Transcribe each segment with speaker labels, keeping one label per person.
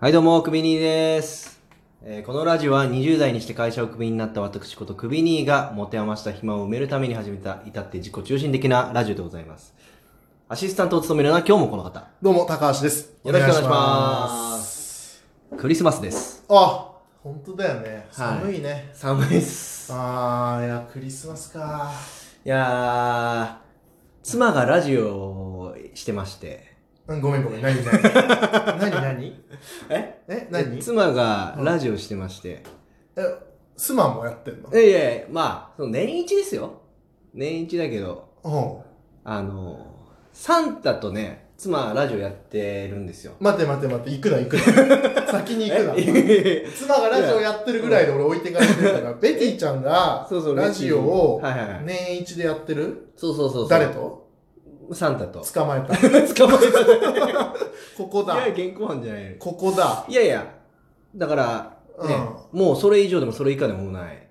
Speaker 1: はい、どうも、クビニーです。えーこのラジオは20代にして会社をクビになった私ことクビニーが持て余した暇を埋めるために始めた、至って自己中心的なラジオでございます。アシスタントを務めるのは今日もこの方。
Speaker 2: どうも、高橋です。
Speaker 1: よろしくお願いします
Speaker 2: お願いします。
Speaker 1: クリスマスです。
Speaker 2: あ、本当だよね。
Speaker 1: はい
Speaker 2: 寒いね。
Speaker 1: 寒いっす。
Speaker 2: あー、いや、クリスマスか。
Speaker 1: いやー、妻がラジオをしてまして。
Speaker 2: うん、ごめんごめん。何何 何何
Speaker 1: え
Speaker 2: え、何え、
Speaker 1: 妻がラジオしてまして。
Speaker 2: スマもやってんの
Speaker 1: いやいやいや、まあ、その年一ですよ。年一だけど、
Speaker 2: うん。
Speaker 1: あの、サンタとね、妻ラジオやってるんですよ。
Speaker 2: 待って待って待って、行くな行くな。 先に行くな。
Speaker 1: え
Speaker 2: 妻がラジオやってるぐらいで俺置いてかれてる から、ベティちゃんが
Speaker 1: そうそう
Speaker 2: ラジオを
Speaker 1: はいはいはい
Speaker 2: 年一でやってる
Speaker 1: そうそうそうそう。
Speaker 2: 誰と
Speaker 1: サンタと。
Speaker 2: 捕まえた。
Speaker 1: 捕まえた。い
Speaker 2: ここだ
Speaker 1: や、。現行犯じゃない。
Speaker 2: ここだ。
Speaker 1: いやいや、だから、ね、もうそれ以上でもそれ以下でもない。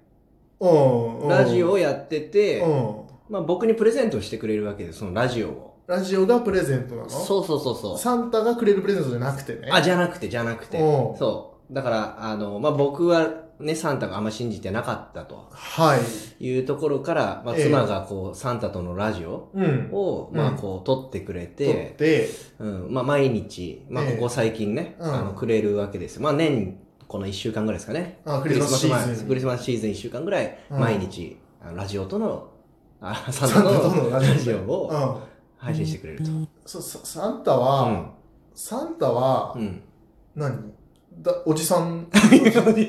Speaker 2: うん。うん。
Speaker 1: ラジオをやってて、
Speaker 2: うん。
Speaker 1: まあ僕にプレゼントしてくれるわけです、そのラジオを。
Speaker 2: ラジオがプレゼントなの
Speaker 1: そうそうそうそう。
Speaker 2: サンタがくれるプレゼントじゃなくてね。
Speaker 1: あ、じゃなくて、じゃなくて。
Speaker 2: うん
Speaker 1: そう。だから、あの、まあ、僕はね、サンタがあんま信じてなかったと
Speaker 2: はい。
Speaker 1: いうところから、まあ、
Speaker 2: ええ
Speaker 1: 妻がこう、サンタとのラジオ
Speaker 2: うん。
Speaker 1: を、
Speaker 2: うん
Speaker 1: まあ、こう、撮ってくれて、
Speaker 2: で、
Speaker 1: うん、まあ、毎日、まあ、
Speaker 2: え
Speaker 1: こ
Speaker 2: え
Speaker 1: こ最近ね、
Speaker 2: うん
Speaker 1: あの、くれるわけですよ。まあ、年、この1週間ぐらいですかね。
Speaker 2: あクリスマスシー
Speaker 1: クリスマス
Speaker 2: ズ
Speaker 1: 前
Speaker 2: ン。
Speaker 1: クリスマスシーズン1週間ぐらい、
Speaker 2: うん
Speaker 1: 毎日、あのラジオとの、 あサンタ
Speaker 2: サンタと
Speaker 1: と
Speaker 2: の
Speaker 1: の
Speaker 2: ラ
Speaker 1: ラ
Speaker 2: ジオ
Speaker 1: ジオを
Speaker 2: うん。
Speaker 1: 配信してくれると。
Speaker 2: そうササンタは、サンタは、
Speaker 1: うん。うん。
Speaker 2: 何だおじさ ん連れて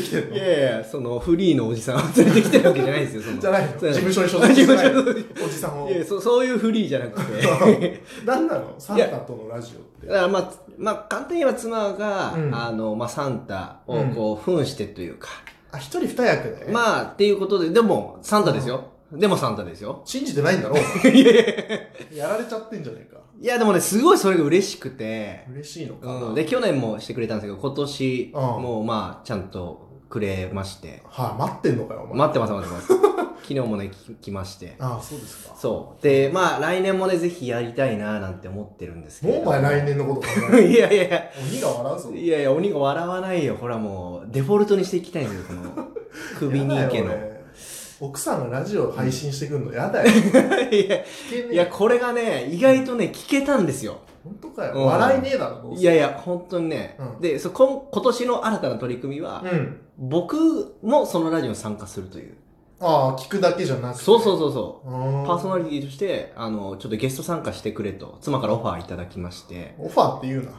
Speaker 2: きてる
Speaker 1: い
Speaker 2: の
Speaker 1: やいや、そのフリーのおじさんを連れてきてるわけじゃないですよ、その。
Speaker 2: じゃないの
Speaker 1: そ
Speaker 2: 事
Speaker 1: う
Speaker 2: 務所に所属してない
Speaker 1: 事務
Speaker 2: おじさんを
Speaker 1: い。やそ、そういうフリーじゃなくて。
Speaker 2: 何なのサンタとのラジオって
Speaker 1: だ。からまあ、まあ、簡単に言えば妻が、
Speaker 2: うん
Speaker 1: あの、まあ、サンタをこう、扮してというか、
Speaker 2: あ、一人二役だよね。
Speaker 1: まあ、っていうことで、でも、サンタですよ。でもサンタですよ。
Speaker 2: 信じてないんだ ろやられちゃってんじゃねえか。
Speaker 1: いや、でもね、すごいそれが嬉しくて、
Speaker 2: 嬉しいのかな。
Speaker 1: うん、で、去年もしてくれたんですけど、今年、
Speaker 2: うん
Speaker 1: もうまあ、ちゃんとくれまして、
Speaker 2: はい、待ってんのかよ、お前。
Speaker 1: 待ってます、待って ます。昨日もね、き来まして。
Speaker 2: ああ、そうですか。
Speaker 1: そう。で、まあ、来年もね、ぜひやりたいな、なんて思ってるんですけ
Speaker 2: もう
Speaker 1: ど。
Speaker 2: お前来年のこと考える。
Speaker 1: 年 いやいやいや。
Speaker 2: 鬼が笑うぞ。
Speaker 1: いやいや、鬼が笑わないよ。ほらもう、デフォルトにしていきたいんですよ、この、首に
Speaker 2: や
Speaker 1: 行
Speaker 2: だ
Speaker 1: け
Speaker 2: よ
Speaker 1: の。
Speaker 2: 俺奥さんがラジオ配信してくんのやだ よ。聞
Speaker 1: いや、
Speaker 2: けね
Speaker 1: い
Speaker 2: え
Speaker 1: や、これがね、意外とね、聞けたんですよ。
Speaker 2: 本当かよ。
Speaker 1: うん
Speaker 2: 笑いねえだろ、どうせ
Speaker 1: いやいや、本当にね。
Speaker 2: うん
Speaker 1: で、そ、今、今年の新たな取り組みは、
Speaker 2: うん。
Speaker 1: 僕もそのラジオに参加するという。
Speaker 2: ああ、聞くだけじゃなくて。
Speaker 1: そうそう
Speaker 2: う。
Speaker 1: そうそう。パ
Speaker 2: パ
Speaker 1: ーソナリティとして、あの、ちょっとゲスト参加してくれと、妻からオファーいただきまして。
Speaker 2: オファーって言うな。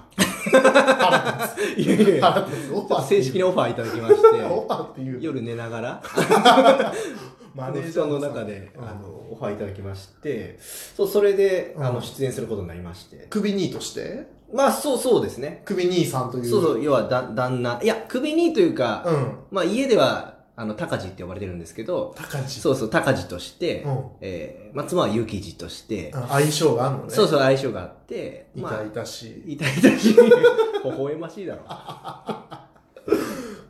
Speaker 2: 腹立
Speaker 1: いやい
Speaker 2: つ。
Speaker 1: や
Speaker 2: 腹立つ。オファーって言
Speaker 1: 正
Speaker 2: う
Speaker 1: 式にオファーいただきま して。
Speaker 2: オファーって言う。
Speaker 1: 夜寝ながら、
Speaker 2: マネー
Speaker 1: 布
Speaker 2: ジャー
Speaker 1: 団の
Speaker 2: さ
Speaker 1: 中で、
Speaker 2: うん
Speaker 1: あの、オファーいただきまして、そう、それで、
Speaker 2: うん
Speaker 1: あの、出演することになりまして。
Speaker 2: 首兄として
Speaker 1: まあ、そうそうですね。
Speaker 2: 首兄さんという。
Speaker 1: そうそう、要は、だ、旦那。いや、首にというか、
Speaker 2: うん。
Speaker 1: まあ、家では、あの、高地って呼ばれてるんですけど、
Speaker 2: 高地。
Speaker 1: そうそう、高地として
Speaker 2: う、ん。
Speaker 1: えー、まあ、妻はゆきじとして、
Speaker 2: あ相性があるのね。
Speaker 1: そう
Speaker 2: う。
Speaker 1: そう、相性があって、
Speaker 2: い
Speaker 1: まあ
Speaker 2: たい、たし。
Speaker 1: 痛い痛いし、微笑ましいだろ。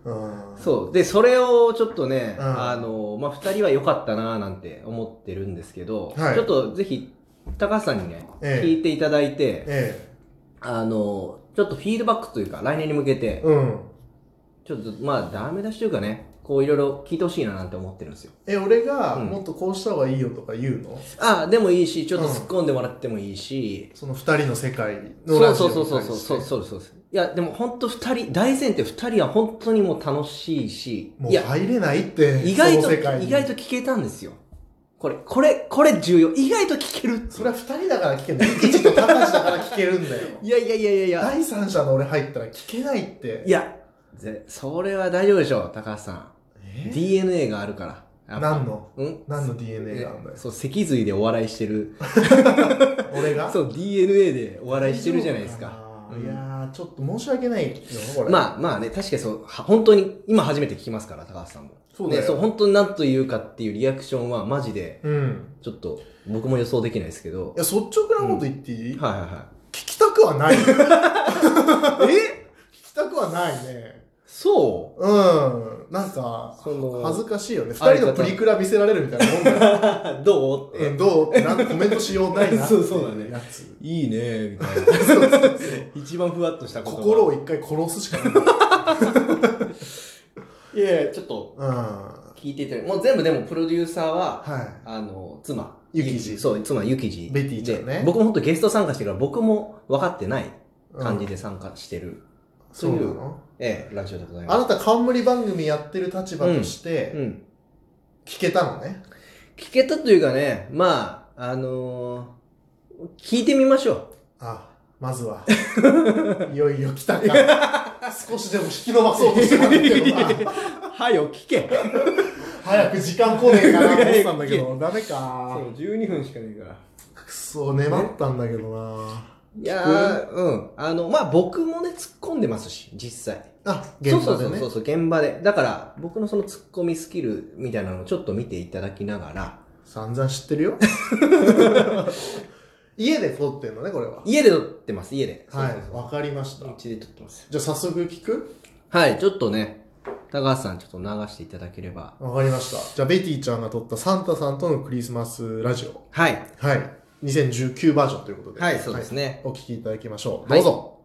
Speaker 2: うん。
Speaker 1: そう。で、それをちょっとね、
Speaker 2: うん
Speaker 1: あの、まあ、二人は良かったなぁなんて思ってるんですけど、
Speaker 2: はい
Speaker 1: ちょっとぜひ、高橋さんにね、
Speaker 2: ええ
Speaker 1: 聞いていただいて、
Speaker 2: え
Speaker 1: あの、ちょっとフィードバックというか、来年に向け
Speaker 2: え。
Speaker 1: て、
Speaker 2: うん。
Speaker 1: ちょっと、まあ、ダメ出しというかね、こういろいろ聞いてほしいななんて思ってるんですよ。
Speaker 2: え、俺が、
Speaker 1: うん
Speaker 2: もっとこうした方がいいよとか言うの、
Speaker 1: ああ、でもいいし、ちょっと突っ込んでもらってもいいし、
Speaker 2: その二人の世界の
Speaker 1: そう
Speaker 2: ラジ
Speaker 1: そ
Speaker 2: オ
Speaker 1: う
Speaker 2: に
Speaker 1: そうそう
Speaker 2: 対して
Speaker 1: そう、そうそうです。いや、でも本当二人、大前提二人は本当にもう楽しいし、
Speaker 2: も
Speaker 1: いうや、
Speaker 2: 入れないって
Speaker 1: 意外と、
Speaker 2: その世界に
Speaker 1: 意外と聞けたんですよ。これ、これ、これ重要。意外と聞けるって
Speaker 2: それは二人だから聞けるんだよ一と高橋だから聞けるんだよ
Speaker 1: いやいやいやいやいや。
Speaker 2: 第三者の俺入ったら聞けないって
Speaker 1: いや、ぜそれは大丈夫でしょう、高橋さん。
Speaker 2: え
Speaker 1: DNA があるから。やっぱ
Speaker 2: 何の
Speaker 1: うん
Speaker 2: 何の DNA があるんだよ
Speaker 1: そう、脊髄でお笑いしてる。
Speaker 2: 俺が
Speaker 1: そう、DNA でお笑いしてるじゃないですか。
Speaker 2: 大丈夫なうんいやーちょっと申し訳ないよこれ
Speaker 1: まあまあね、確かにそう、は本当に、今初めて聞きますから、高橋さんも。
Speaker 2: そうだよ
Speaker 1: ね、そう、本当に何と言うかっていうリアクションは、マジで、
Speaker 2: うん
Speaker 1: ちょっと、僕も予想できないですけど
Speaker 2: い。や率直なこと言っていい、聞
Speaker 1: はいはいは
Speaker 2: きたくはない 聞
Speaker 1: い。え
Speaker 2: きたくはないね
Speaker 1: そう
Speaker 2: うんなんか
Speaker 1: その
Speaker 2: 恥ずかしいよね
Speaker 1: 相
Speaker 2: 二
Speaker 1: 方
Speaker 2: 人のプリクラ見せられるみたいなもんだよ
Speaker 1: どうって
Speaker 2: えどうってなんかコメントしようないなって
Speaker 1: そうそうだね
Speaker 2: やつ
Speaker 1: いいねみたいな 一番ふわっとしたこと
Speaker 2: 心を一回殺すしかない
Speaker 1: いやいやちょっと
Speaker 2: うんは
Speaker 1: 聞いていただいてもう全部でもプロデューサーは、あの妻
Speaker 2: ゆきじ
Speaker 1: そう妻ゆきじ
Speaker 2: ベティちゃんね
Speaker 1: で僕も本当ゲスト参加してるから僕も分かってない
Speaker 2: い
Speaker 1: 感じで参加してる、
Speaker 2: そうなの
Speaker 1: ええラジオでございます
Speaker 2: あなた冠番組やってる立場として
Speaker 1: うん、
Speaker 2: 聞けたのね、
Speaker 1: 聞けたというかねまああのー聞いてみましょ
Speaker 2: あま ずはいよいよ来たか少しでも引き伸ばそうとしてたんだけどな
Speaker 1: うはよ聞け
Speaker 2: 早く時間来ねえかなと思ってたんだけどダメ
Speaker 1: そ
Speaker 2: か
Speaker 1: う12分しかないから
Speaker 2: くそ粘ったんだけどない
Speaker 1: やーうんあのまあ僕もね突っ込んでますし実際
Speaker 2: あ現場で
Speaker 1: そうそう
Speaker 2: ね
Speaker 1: そうそう現場でだから僕のその突っ込みスキルみたいなのをちょっと見ていただきながら
Speaker 2: 散々知ってるよ 家で撮ってんのねこれは
Speaker 1: 家で撮ってます家で
Speaker 2: は
Speaker 1: そうそう
Speaker 2: いわかりました
Speaker 1: そううちで撮ってます
Speaker 2: じゃあ早速聞く
Speaker 1: はいちょっとね高橋さんちょっと流していただければ
Speaker 2: わかりましたじゃあベティちゃんが撮ったサンタさんとのクリスマスラジオ
Speaker 1: はい
Speaker 2: はい2019バージョンということでは
Speaker 1: はいそうですね、
Speaker 2: お聞きいただきましょ
Speaker 1: は
Speaker 2: うど
Speaker 1: いう
Speaker 2: ぞ、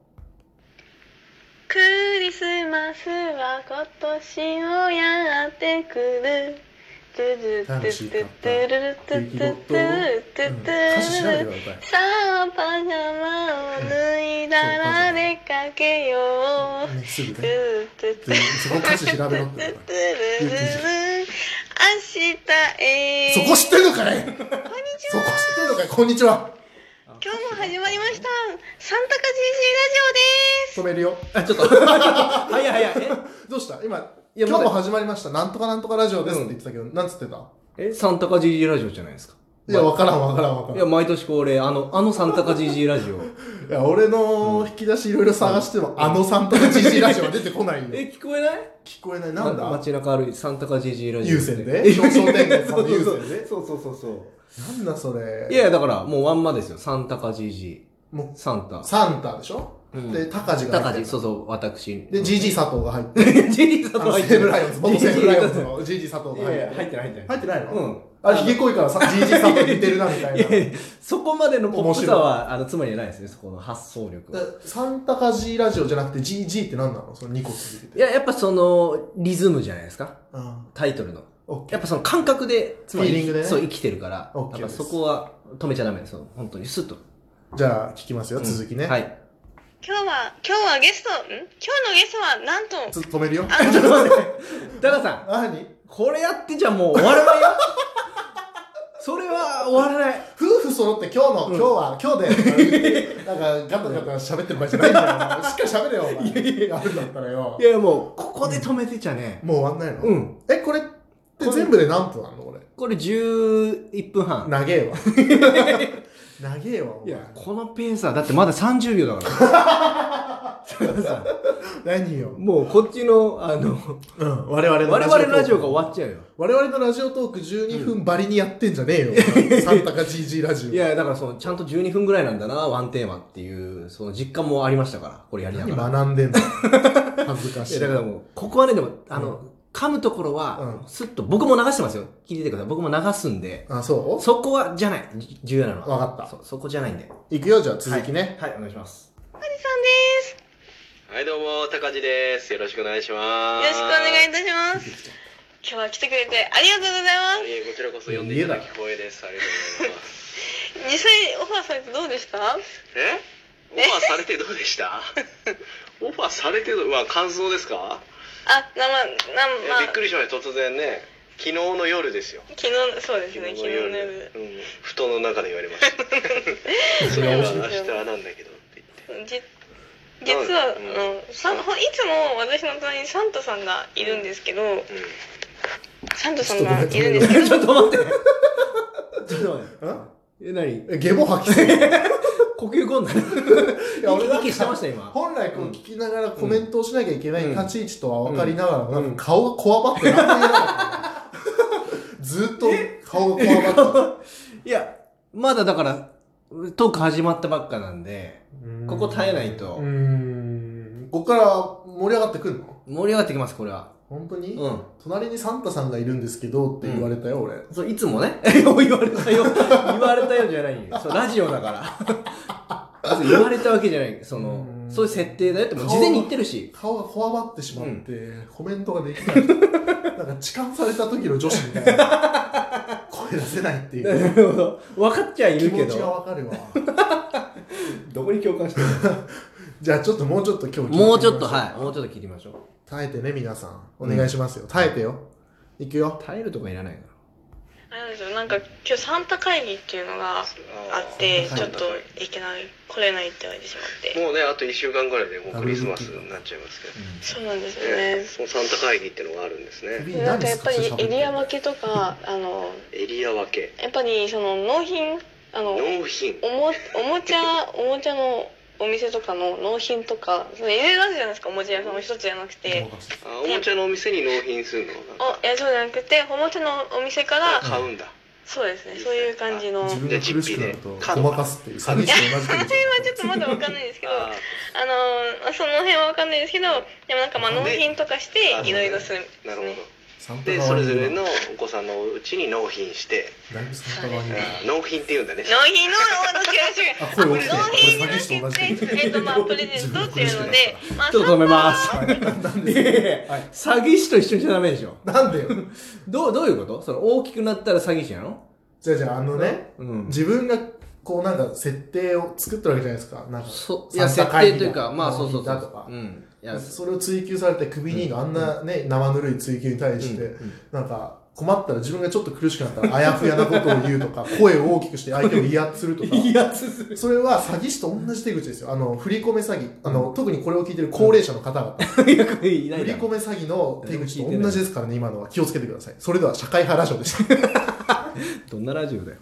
Speaker 3: クリスマスは今年をやってくる。トゥルトゥトゥトゥルトゥト
Speaker 2: う
Speaker 3: ゥトゥトゥ
Speaker 2: ん
Speaker 3: ト
Speaker 2: 歌詞調べて
Speaker 3: ゥ
Speaker 2: ください
Speaker 3: さあパジャマを脱いだら出かけよ う。
Speaker 2: ね、すぐ
Speaker 3: ト
Speaker 2: ね。
Speaker 3: ゥトゥトゥ
Speaker 2: そこ歌詞調べろって
Speaker 3: トゥルルルン明日へ。
Speaker 2: そこ知ってんの かいこんにちはそこ知ってんのかいこんにちは
Speaker 3: 今日も始まりました。サンタカ GG ラジオです。
Speaker 2: 止めるよ。
Speaker 1: あちょっと 早い早い
Speaker 2: どうした今、
Speaker 1: いや
Speaker 2: 今日
Speaker 1: ま
Speaker 2: も
Speaker 1: だ
Speaker 2: 始まりました。なんとかなんとかラジオですって言ってたけど、なんつってた
Speaker 1: ええサンタカ GG ラジオじゃないですか
Speaker 2: いや、わからんわからんわから
Speaker 1: い
Speaker 2: ん。
Speaker 1: や毎年恒例あのあのサンタカ GG ラジオ
Speaker 2: いや、俺の引き出しいろいろ探しても、あのサンタの GG ラジオは出てこないよ。
Speaker 1: え聞こえない
Speaker 2: 聞こえない。なん
Speaker 1: ま
Speaker 2: だ
Speaker 1: 街中歩いてサンタカ GG ラジオ
Speaker 2: 有線で商商店街さんの有線で
Speaker 1: そうそうそうそ
Speaker 2: なんだそれ。
Speaker 1: ういやいやだからもうワンマですよサンタカ GG
Speaker 2: も
Speaker 1: サンタ
Speaker 2: う、サンタでしょ
Speaker 1: うん
Speaker 2: で、タカジが
Speaker 1: 高
Speaker 2: 入っ
Speaker 1: 地
Speaker 2: てる。
Speaker 1: そうそう私
Speaker 2: で、GG 佐藤が入ってる。
Speaker 1: ジリーさ
Speaker 2: あ
Speaker 1: んと
Speaker 2: の
Speaker 1: 入っ
Speaker 2: 西
Speaker 1: て
Speaker 2: 武
Speaker 1: る
Speaker 2: ライオンズ、元西武ライオンズの GG 佐藤
Speaker 1: い
Speaker 2: が
Speaker 1: やい
Speaker 2: 入っ
Speaker 1: や
Speaker 2: てる
Speaker 1: 入ってない入ってない
Speaker 2: 入ってないの
Speaker 1: うん
Speaker 2: あれ、ひげ濃いからさ、じいじさんと似てるな、みたい
Speaker 1: いや
Speaker 2: な。
Speaker 1: いやそこまでのポップさはあのつまりないですねそこの発想力は
Speaker 2: だサンタカジーラジオじゃなくて GG って何なのその2個続けて。
Speaker 1: いややっぱそのリズムじゃないですか
Speaker 2: うん。
Speaker 1: タイトルの
Speaker 2: オッケ
Speaker 1: やっぱその感覚でつまり
Speaker 2: フィーリングでね
Speaker 1: そう生きてるから
Speaker 2: オッ
Speaker 1: だ
Speaker 2: ケー
Speaker 1: から
Speaker 2: です
Speaker 1: そこは止めちゃダメです本当にスッと
Speaker 2: ー。じゃあ、聞きますよ、続きね。。
Speaker 1: はい い
Speaker 3: 今日は、今日はゲスト、ん今日のゲストはなんと、
Speaker 2: ちょっと止めるよ。
Speaker 3: あの、
Speaker 1: ちょっと待って高さん
Speaker 2: 何
Speaker 1: これやってじゃもう終わらない よそれは終わらない
Speaker 2: 夫婦揃って今日の、今日は、今日 で、なんか、ガタガタ喋ってる場合じゃないんだよお前。しっかり喋れよ、お前。やるんだったらよ
Speaker 1: い。やもうここで止めてちゃね
Speaker 2: もう終わんないの
Speaker 1: うん
Speaker 2: え、これって全部で何分あんの俺。
Speaker 1: これ11分半
Speaker 2: 長え わ。長えわ、お
Speaker 1: い
Speaker 2: 前
Speaker 1: や。このペースはだってまだ30秒だからさ
Speaker 2: 何よ。
Speaker 1: もうこっちのあ の
Speaker 2: うん、我々
Speaker 1: 我々のラジオが終わっちゃうよ
Speaker 2: 我々のラジオトーク12分ばりにやってんじゃねえよ、サンタか GG ラジオ
Speaker 1: いやだからそのちゃんと12分ぐらいなんだなワンテーマっていうその実感もありましたからこれやりな
Speaker 2: 何
Speaker 1: がら
Speaker 2: 学んで んだ恥ずか
Speaker 1: い
Speaker 2: しい
Speaker 1: やだからもうここはねでもあの、
Speaker 2: う
Speaker 1: 噛むところは、
Speaker 2: うん
Speaker 1: スッと僕も流してますよ聞いててください僕も流すんで
Speaker 2: あそう
Speaker 1: そこはじゃないじ重要なのは
Speaker 2: わかった
Speaker 1: そうそこじゃないんで
Speaker 2: いくよじゃあ続きね、
Speaker 1: はい、はいお願いします
Speaker 4: はい、どうも、高地です。よろしくお願いしま
Speaker 3: よ
Speaker 4: す。
Speaker 3: ろしくお願いいたします。今日は来てくれてありがとうございます。
Speaker 4: いえこちらこそ呼んでいただき光栄です。ありがとうございます。
Speaker 3: 実際オファーされてどうでした
Speaker 4: えオファーされてどうでしたオファーされてどう、うわ、感想ですか、
Speaker 3: あ、なま、な
Speaker 4: え
Speaker 3: ま
Speaker 4: びっくりしました、突然ね。昨日の夜ですよ。
Speaker 3: 昨日、そうです
Speaker 4: 昨
Speaker 3: ね、昨
Speaker 4: 日の
Speaker 3: 日の
Speaker 4: 夜。
Speaker 3: 夜。
Speaker 4: うん、布団の中で言われ ました。それは明日なんだけどって言って。
Speaker 3: じ実は、あ
Speaker 4: うん
Speaker 3: の、さんほいつも私の隣にサンタさんがいるんですけど、
Speaker 4: うん
Speaker 3: サンタさんがいるんですけど、
Speaker 1: ちょっと待 って。ちょっと待って。 え、何
Speaker 2: えゲボ吐きそう い
Speaker 1: 呼吸困難
Speaker 2: や俺なんか
Speaker 1: 息してました、今。
Speaker 2: 本来こう
Speaker 1: うん
Speaker 2: 聞きながらコメントをしなきゃいけない
Speaker 1: うん
Speaker 2: 立ち位置とは分かりながら、
Speaker 1: ん
Speaker 2: なんか顔がこわばってなんも言えなかったずっと顔がこわばってた
Speaker 1: いや、まだだから、トーク始まったばっかなんで、 ここ耐えないと
Speaker 2: うーんここから盛り上がってくるの
Speaker 1: 盛り上がってきます、これは。
Speaker 2: 本当に、
Speaker 1: うん。
Speaker 2: 隣にサンタさんがいるんですけどって言われたよ、俺。
Speaker 1: そう、 いつもね。言われたよ。言われたよじゃないよ。そう、ラジオだから。そう言われたわけじゃない。その
Speaker 2: う、ん
Speaker 1: そういう設定だよって、もう事前に言ってるし。
Speaker 2: 顔がこわばってしまって、コメントができない。 なんか、痴漢された時の女子みたいな。声出せないって
Speaker 1: な
Speaker 2: いう。
Speaker 1: るほど。分かっちゃい
Speaker 2: 気
Speaker 1: るけ
Speaker 2: 持ちが
Speaker 1: ど。
Speaker 2: わかるわ。
Speaker 1: どこに共感してる
Speaker 2: じゃあ、ちょっともうちょっと今日聞いてみましょ
Speaker 1: もうちょっと、はい。もうちょっと聞いてみましょう。
Speaker 2: 耐えてね、皆さん。お願いしますよ。耐えてよ。いくよ。
Speaker 1: 耐えるとかいらないな。
Speaker 3: あれなんですよなんか今日サンタ会議っていうのがあって
Speaker 2: サン
Speaker 3: ち
Speaker 2: タ
Speaker 3: ょっといけない来れないって言われてしまって
Speaker 4: もうねあと1週間ぐらいでもうクリスマスになっちゃいますけど
Speaker 3: そうなんですよね
Speaker 4: ね、そのサンタ会議ってのがあるんですね
Speaker 2: 首
Speaker 3: なんかやっぱりエリア
Speaker 2: マ
Speaker 3: 分けとかあの
Speaker 4: エリア分け
Speaker 3: やっぱりその納品あの
Speaker 4: 納品
Speaker 3: おもおもちゃおもちゃのお店とかの納品とかその入れ出すじゃないですかおもちゃ屋さんも一つじゃなくて
Speaker 4: あおもちゃのお店に納品するのなんか
Speaker 3: おいやそうじゃなくておもちゃのお店から
Speaker 4: 買うんだ、
Speaker 3: そうですねそういう感じの
Speaker 2: 自
Speaker 3: あ
Speaker 2: 分が苦しくなると、
Speaker 4: じゃあ
Speaker 2: ごまかすっていう。
Speaker 4: カード
Speaker 2: 寂しい同じこと言
Speaker 3: ちょっとまだわかんないですけどあ
Speaker 4: あ
Speaker 3: のまあその辺はわかんないですけどでもなんかまあ
Speaker 4: で
Speaker 3: 納品とかして
Speaker 4: あの
Speaker 3: いろいろするんで
Speaker 4: な
Speaker 3: す
Speaker 4: るほ
Speaker 3: ね
Speaker 4: ど
Speaker 2: サンタ
Speaker 4: で
Speaker 2: 側
Speaker 4: それ
Speaker 2: に
Speaker 4: ぞ
Speaker 2: い
Speaker 4: れ
Speaker 2: る
Speaker 4: のお子さんのうちに納品して、
Speaker 2: だいぶサンタ側にいる
Speaker 4: うん納品って言うんだね
Speaker 3: 納品
Speaker 2: あ、
Speaker 3: の違う違う
Speaker 2: 声起きてる。
Speaker 3: 納品
Speaker 2: これ
Speaker 3: じゃ
Speaker 2: 詐欺師と同じこと言
Speaker 3: なくてえっとまあプレゼントっていうのでまあ
Speaker 1: ちょっと止めます。
Speaker 2: なんで
Speaker 1: で
Speaker 2: はい
Speaker 1: 詐欺師と一緒にしちゃダメでしょ。
Speaker 2: なんでよ。
Speaker 1: どう、どういうことその、大きくなったら詐欺師なの
Speaker 2: じゃあじゃあ、あのね、
Speaker 1: うん。
Speaker 2: 自分がこうなんか設定を作ってるわけじゃないですか。なんか
Speaker 1: そいや、
Speaker 2: サン
Speaker 1: 設
Speaker 2: タ
Speaker 1: 定
Speaker 2: 会議
Speaker 1: と
Speaker 2: だ
Speaker 1: いうか、まあ、そうそうそ
Speaker 2: だと
Speaker 1: う
Speaker 2: か。
Speaker 1: うん。いや、
Speaker 2: それを追求されて、首にのあんなね、生ぬるい追求に対して、
Speaker 1: うん
Speaker 2: なんか、困ったら自分がちょっと苦しくなったら、あやふやなことを言うとか、声を大きくして相手を威圧するとか。
Speaker 1: や、つ
Speaker 2: それは詐欺師と同じ手口ですよ。あの、振り込め詐欺。あの、特にこれを聞いてる高齢者の方々。
Speaker 1: いや、これいない
Speaker 2: 振り
Speaker 1: だろ
Speaker 2: 込め詐欺の手口と同じですからね、今のは。気をつけてください。それでは、社会派ラジオでした。
Speaker 1: どんなラジオだよ。